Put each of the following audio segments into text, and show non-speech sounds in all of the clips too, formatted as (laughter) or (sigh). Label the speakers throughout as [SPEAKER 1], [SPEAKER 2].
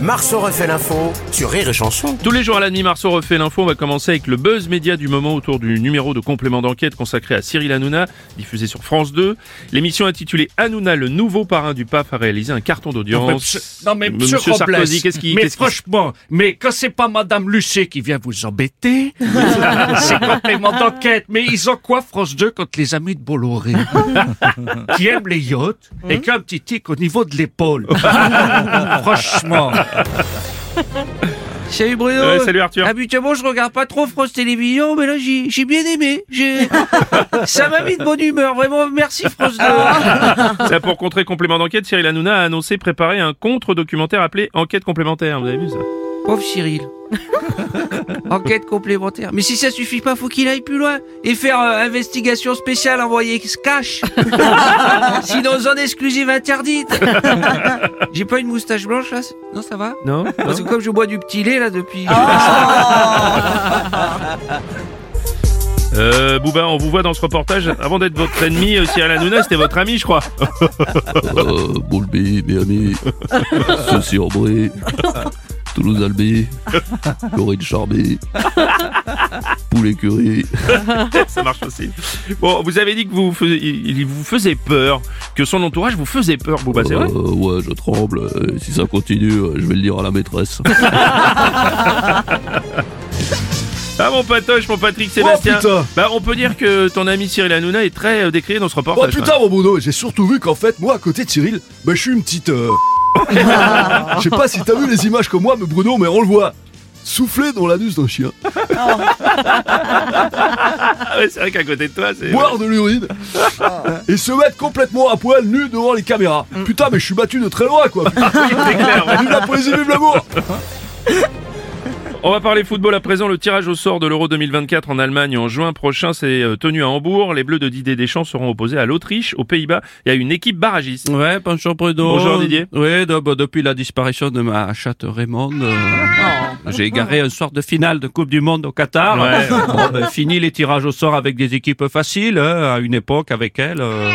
[SPEAKER 1] Marceau refait l'info sur Rire et Chanson.
[SPEAKER 2] Tous les jours à la demi Marceau refait l'info. On va commencer avec le buzz média du moment autour du numéro de complément d'enquête consacré à Cyril Hanouna, diffusé sur France 2. L'émission intitulée Hanouna, le nouveau parrain du pape, a réalisé un carton d'audience.
[SPEAKER 3] Non mais,
[SPEAKER 2] M.
[SPEAKER 3] monsieur, Robles,
[SPEAKER 2] Sarkozy, qu'est-ce qui,
[SPEAKER 3] mais
[SPEAKER 2] qu'est-ce qui-
[SPEAKER 3] franchement, mais quand c'est pas Madame Lucet qui vient vous
[SPEAKER 4] (laughs)
[SPEAKER 3] embêter, c'est complément d'enquête. Mais ils ont quoi France 2 contre les amis de
[SPEAKER 4] (laughs)
[SPEAKER 3] Bolloré qui aiment les yachts
[SPEAKER 4] Hein
[SPEAKER 3] et qui ont un petit tic au niveau de
[SPEAKER 4] (laughs)
[SPEAKER 3] l'épaule. franchement.
[SPEAKER 4] Salut Bruno
[SPEAKER 2] Ouais, Euh, salut Arthur.
[SPEAKER 4] Habituellement je regarde pas trop France Télévisions, mais là j'ai j'ai bien aimé.
[SPEAKER 3] (laughs)
[SPEAKER 4] J'ai- Ça m'a mis de bonne humeur, vraiment merci France 2.
[SPEAKER 3] (laughs)
[SPEAKER 2] Ça, pour contrer complément d'enquête, Cyril Hanouna a annoncé préparer un contre-documentaire appelé Enquête complémentaire. Vous avez vu ça
[SPEAKER 4] Pauvre Cyril. Enquête complémentaire. Mais si ça suffit pas, faut qu'il aille plus loin et faire euh, investigation spéciale envoyée cash. Sinon zone exclusive interdite. J'ai pas une moustache blanche là c'est- Non ça va
[SPEAKER 2] Non, non
[SPEAKER 4] Parce que comme je bois du petit lait là depuis...
[SPEAKER 2] Euh, Booba, on vous voit dans ce reportage. Avant d'être votre ennemi, euh, Cyril Hanouna, c'était votre ami, je crois.
[SPEAKER 5] Euh, Boulby, Miami, Ceci en Brie, Toulouse Albi, Corinne Charby, Poulet Curry.
[SPEAKER 2] Ah, ça marche aussi. Bon, vous avez dit que vous faisiez, il vous faisait peur, que son entourage vous faisait peur, Booba, c'est
[SPEAKER 5] Euh,
[SPEAKER 2] vrai
[SPEAKER 5] ouais, je tremble. euh, Si ça continue, euh, je vais le dire à la maîtresse.
[SPEAKER 2] (laughs) Ah mon patoche, mon Patrick Sébastien.
[SPEAKER 6] putain.
[SPEAKER 2] bah on peut dire que ton ami Cyril Hanouna est très euh, décrié dans ce
[SPEAKER 6] Oh
[SPEAKER 2] reportage.
[SPEAKER 6] putain, mon Bruno, et j'ai surtout vu qu'en fait, moi, à côté de Cyril, bah, je suis une
[SPEAKER 2] (laughs)
[SPEAKER 6] petite. euh, Je sais pas si t'as vu les images comme moi, mais Bruno, mais on le voit. Souffler dans l'anus d'un chien,
[SPEAKER 2] Ah ouais, c'est vrai qu'à côté de toi, c'est.
[SPEAKER 6] boire de l'urine et se mettre complètement à poil nu devant les caméras. Putain, mais je suis battu de très loin,
[SPEAKER 2] (laughs)
[SPEAKER 6] quoi. Putain,
[SPEAKER 2] Mm. C'est clair, ouais.
[SPEAKER 6] vive la poésie, vive l'amour.
[SPEAKER 2] On va parler football à présent. Le tirage au sort de l'Euro 2024 en Allemagne en juin prochain s'est euh, tenu à Hambourg. Les Bleus de Didier Deschamps seront opposés à l'Autriche, aux Pays-Bas et à une équipe barragiste.
[SPEAKER 4] Ouais, bonjour Bruno.
[SPEAKER 2] Bonjour, Didier.
[SPEAKER 4] Oui, de- bah, depuis la disparition de ma chatte Raymond, euh, j'ai égaré un soir de finale de Coupe du Monde au Qatar.
[SPEAKER 2] Ouais.
[SPEAKER 4] (laughs) Bon, ben, fini les tirages au sort avec des équipes faciles, hein, à une époque avec elle. euh,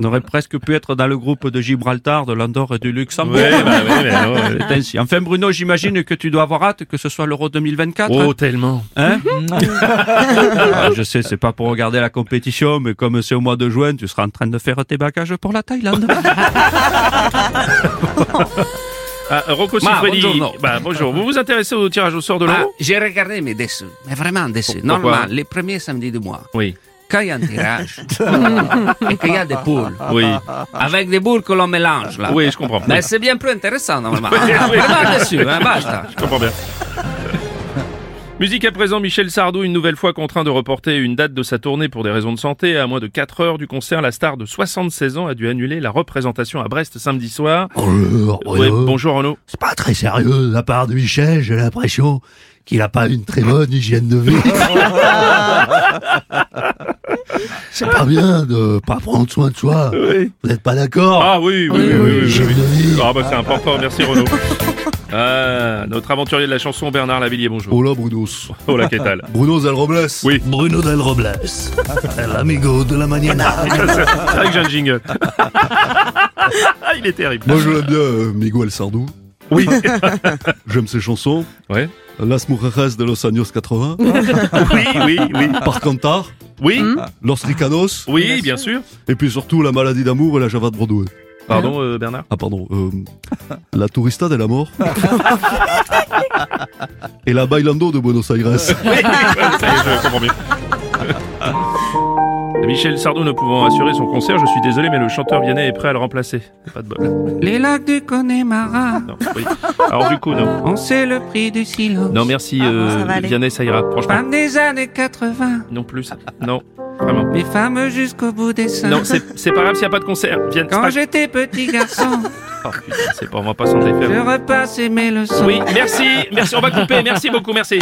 [SPEAKER 4] on aurait presque pu être dans le groupe de Gibraltar, de l'Andorre et du Luxembourg.
[SPEAKER 2] Ouais,
[SPEAKER 4] (laughs)
[SPEAKER 2] bah ouais, mais non, (laughs) ouais.
[SPEAKER 4] C'est ainsi. Enfin Bruno, j'imagine que tu dois avoir hâte que ce soit l'Euro 2024. hein.
[SPEAKER 2] Oh tellement.
[SPEAKER 4] Hein Ah, Je sais, c'est pas pour regarder la compétition, mais comme c'est au mois de juin, tu seras en train de faire tes bagages pour la (laughs) Thaïlande.
[SPEAKER 2] Ah, Rocco
[SPEAKER 4] Ma,
[SPEAKER 2] Siffredi.
[SPEAKER 4] bonjour, non.
[SPEAKER 2] Bah, bonjour. Vous vous intéressez au tirage au sort de
[SPEAKER 4] Ah,
[SPEAKER 2] l'Euro
[SPEAKER 4] j'ai regardé, mais déçu. Mais vraiment déçu.
[SPEAKER 2] Pourquoi
[SPEAKER 4] Normal, les premiers samedis du mois,
[SPEAKER 2] Oui.
[SPEAKER 4] quand il y a
[SPEAKER 2] (laughs)
[SPEAKER 4] un tirage, et qu'il y a des poules,
[SPEAKER 2] Oui.
[SPEAKER 4] avec des boules que l'on mélange, là.
[SPEAKER 2] Oui, je comprends. (laughs)
[SPEAKER 4] Mais c'est bien plus intéressant, normalement.
[SPEAKER 2] Oui, oui.
[SPEAKER 4] Vraiment déçu, hein, basta.
[SPEAKER 2] Je comprends bien. bah. (laughs) Musique à présent, Michel Sardou, une nouvelle fois contraint de reporter une date de sa tournée pour des raisons de santé. À moins de 4 heures du concert, la star de 76 ans a dû annuler la représentation à Brest samedi soir.
[SPEAKER 7] Bonjour,
[SPEAKER 2] Ouais,
[SPEAKER 7] Bruno.
[SPEAKER 2] bonjour Renaud.
[SPEAKER 7] Oh, C'est pas très sérieux de la part de Michel, j'ai l'impression qu'il a pas une très bonne hygiène
[SPEAKER 2] (laughs)
[SPEAKER 7] de vie. C'est pas bien de pas prendre soin de soi. Vous n'êtes pas d'accord
[SPEAKER 2] Ah oui, oui, oui, oui, oui,
[SPEAKER 7] Hygiène
[SPEAKER 2] oui.
[SPEAKER 7] de vie.
[SPEAKER 2] Ah bah c'est important, merci Renaud. Ah, notre aventurier de la chanson, Bernard Lavillier, bonjour.
[SPEAKER 6] Oh là, Bruno.
[SPEAKER 2] Oh la quétale.
[SPEAKER 6] Bruno Zal Robles.
[SPEAKER 2] Oui.
[SPEAKER 7] Bruno Del Robles,
[SPEAKER 2] (laughs)
[SPEAKER 7] l'amigo de la mañana.
[SPEAKER 2] C'est vrai que j'ai un jingle. (laughs) Il est terrible.
[SPEAKER 6] Moi, je l'aime bien, euh, Miguel Sardou.
[SPEAKER 2] Oui.
[SPEAKER 6] J'aime ses chansons.
[SPEAKER 2] Ouais.
[SPEAKER 6] Las Mujeres de los Años 80.
[SPEAKER 2] Oui, oui, oui.
[SPEAKER 6] Par Cantar.
[SPEAKER 2] Oui,
[SPEAKER 6] Los Ricanos.
[SPEAKER 2] oui, bien sûr.
[SPEAKER 6] Et puis surtout, La maladie d'amour et la Java de Broadway.
[SPEAKER 2] Pardon euh, Bernard.
[SPEAKER 6] Ah pardon, euh, (laughs) la tourista de la mort et la bailando de Buenos Aires.
[SPEAKER 2] Ça y est, je comprends bien. (laughs) Michel Sardou ne pouvant assurer son concert, je suis désolé, mais le chanteur viennet est prêt à le remplacer. Pas de bol.
[SPEAKER 4] Les lacs du Connemara,
[SPEAKER 2] Non, oui. Alors du coup, non.
[SPEAKER 4] on sait le prix du silence.
[SPEAKER 2] Non, merci,
[SPEAKER 4] Ah
[SPEAKER 2] euh, Vianney, ça ira. Franchement,
[SPEAKER 4] Femme des années 80,
[SPEAKER 2] non plus. Non, vraiment.
[SPEAKER 4] mais femme jusqu'au bout des seins.
[SPEAKER 2] Non, c'est c'est pas grave s'il n'y a pas de concert. Vianney, c'est
[SPEAKER 4] Quand
[SPEAKER 2] pas...
[SPEAKER 4] j'étais petit garçon,
[SPEAKER 2] Oh, putain, c'est pas, on va pas s'en défaire.
[SPEAKER 4] je repassais mes leçons.
[SPEAKER 2] Oui, merci, merci, on va couper, merci beaucoup, merci.